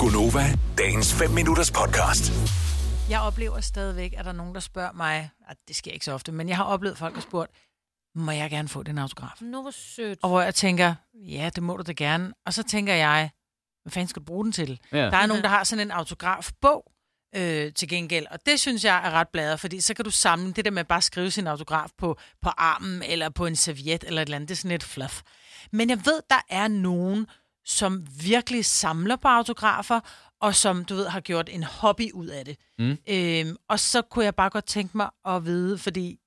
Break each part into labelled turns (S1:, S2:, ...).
S1: Gunova, dagens 5 minutters podcast.
S2: Jeg oplever stadigvæk, at der er nogen, der spørger mig, at det sker ikke så ofte, men jeg har oplevet folk, der spurgt, må jeg gerne få den autograf?
S3: Nå, hvor sødt.
S2: Og hvor jeg tænker, ja, det må du da gerne. Og så tænker jeg, hvad fanden skal du bruge den til?
S4: Ja.
S2: Der er nogen, der har sådan en autografbog øh, til gengæld, og det synes jeg er ret bladret, fordi så kan du samle det der med bare at skrive sin autograf på, på armen, eller på en serviet, eller et eller andet. Det er sådan lidt fluff. Men jeg ved, der er nogen, som virkelig samler på autografer, og som, du ved, har gjort en hobby ud af det.
S4: Mm.
S2: Øhm, og så kunne jeg bare godt tænke mig at vide, fordi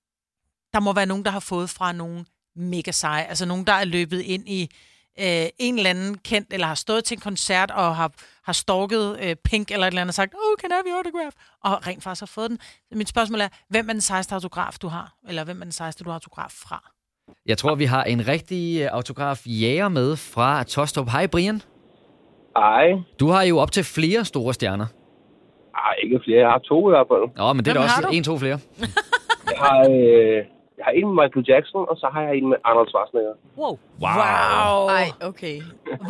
S2: der må være nogen, der har fået fra nogen mega seje. Altså nogen, der er løbet ind i øh, en eller anden kendt, eller har stået til en koncert og har, har stalket øh, Pink eller et eller andet og sagt, oh, can I have your autograph? Og rent faktisk har fået den. Så mit spørgsmål er, hvem er den sejeste autograf, du har? Eller hvem er den sejeste, du har autograf fra?
S4: Jeg tror, vi har en rigtig øh, autograf jæger med fra Tostrup. Hej, Brian.
S5: Ej,
S4: Du har jo op til flere store stjerner.
S5: ej, ikke flere. Jeg har to i hvert fald.
S4: Nå, men det er da
S2: Hvem
S4: også
S2: har du?
S4: en, to flere.
S5: Jeg har, øh, jeg har en med Michael Jackson, og så har jeg en med Arnold Schwarzenegger.
S3: Wow.
S2: Wow!
S6: Ej, okay.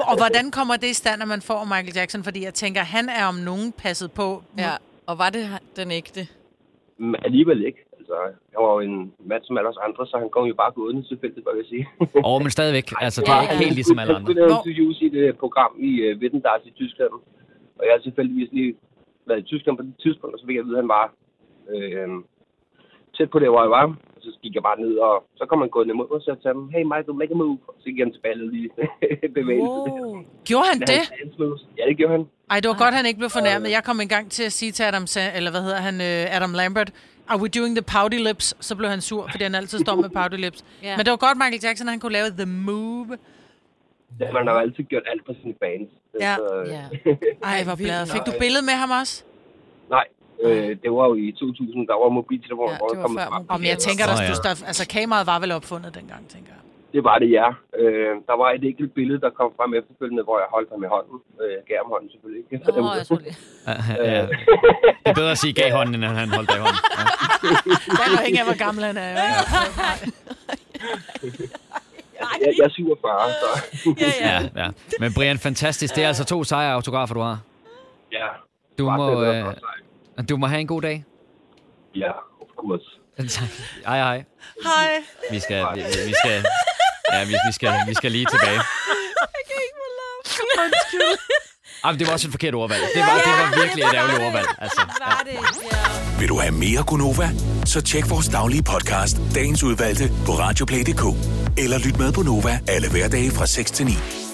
S2: Og hvordan kommer det i stand, når man får Michael Jackson? Fordi jeg tænker, han er om nogen passet på.
S6: Ja. Og var det han- den ægte?
S5: Men alligevel ikke. Altså, han var jo en mand som alle os andre, så han kom jo bare gående tilfældigt, hvad vil jeg sige.
S4: Åh, men stadigvæk. Altså, det er ikke helt ligesom alle
S5: Jeg
S4: andre.
S5: skulle lave
S2: Hvor-
S5: interviews i det program i uh, Wittendars i Tyskland, og jeg har tilfældigvis lige været i Tyskland på det tidspunkt, og så fik jeg at vide, at han var øh, tæt på det, hvor jeg var. Og så gik jeg bare ned, og så kom han gående imod mig, og så sagde jeg til ham, hey Michael, make a move. Og så gik han tilbage og lavede lige bevægelse.
S3: Wow.
S2: Gjorde han det?
S5: Ja, det gjorde han.
S2: Ej, det var godt, han ikke blev fornærmet. Jeg kom engang til at sige til Adam, Sa- eller hvad hedder han, øh, Adam Lambert, are we doing the pouty lips? Så blev han sur, fordi han altid står med pouty lips.
S3: Ja.
S2: Men det var godt, Michael Jackson, han kunne lave the move.
S5: Ja, man har jo altid gjort alt for sine Altså, øh, fans.
S2: Ja.
S5: Så,
S6: Ja.
S2: Ej, hvor
S6: vildt
S2: bladet. Fik
S5: nok.
S2: du billedet med ham også?
S5: Nej, øh, det var jo i 2000, der var mobiltelefoner,
S6: Ja,
S5: hvor
S6: det
S5: der
S6: var
S5: kom
S6: før
S5: frem.
S6: mobil.
S2: Om jeg tænker,
S4: Nå,
S2: der,
S4: ja.
S2: du, der, altså kameraet var vel opfundet dengang, tænker jeg.
S5: Det var det, ja. Øh, der var et enkelt billede, der kom frem efterfølgende, hvor jeg holdt ham i hånden. Øh, jeg gav ham hånden selvfølgelig ikke.
S3: Nå, jeg tror lige.
S4: Ja. Det er bedre at sige gav hånden, end at han holdt dig i hånden. Ja.
S2: Det var ikke af, hvor gammel han er. jo, ikke?
S5: jeg, jeg er 47, så
S4: Ja, ja. Men Brian, fantastisk. Det er altså to sejre autografer, du har.
S5: ja.
S4: Du
S5: Bare
S4: må,
S5: det, der var
S4: øh,
S5: sejt.
S4: du må have en god dag.
S5: Ja, of course.
S4: Tak. Hej, hej.
S2: Hej.
S4: Vi skal, vi, vi skal, ja, vi, vi, skal, vi skal lige tilbage. Ej, men det var også et forkert ordvalg. Det var, det var virkelig et ærgerligt ordvalg. Altså, ja.
S3: Var det? Ja.
S1: Vil du have mere Gunova? Så tjek vores daglige podcast, dagens udvalgte, på radioplay.dk. Eller lyt med på Nova alle hverdage fra 6 til 9.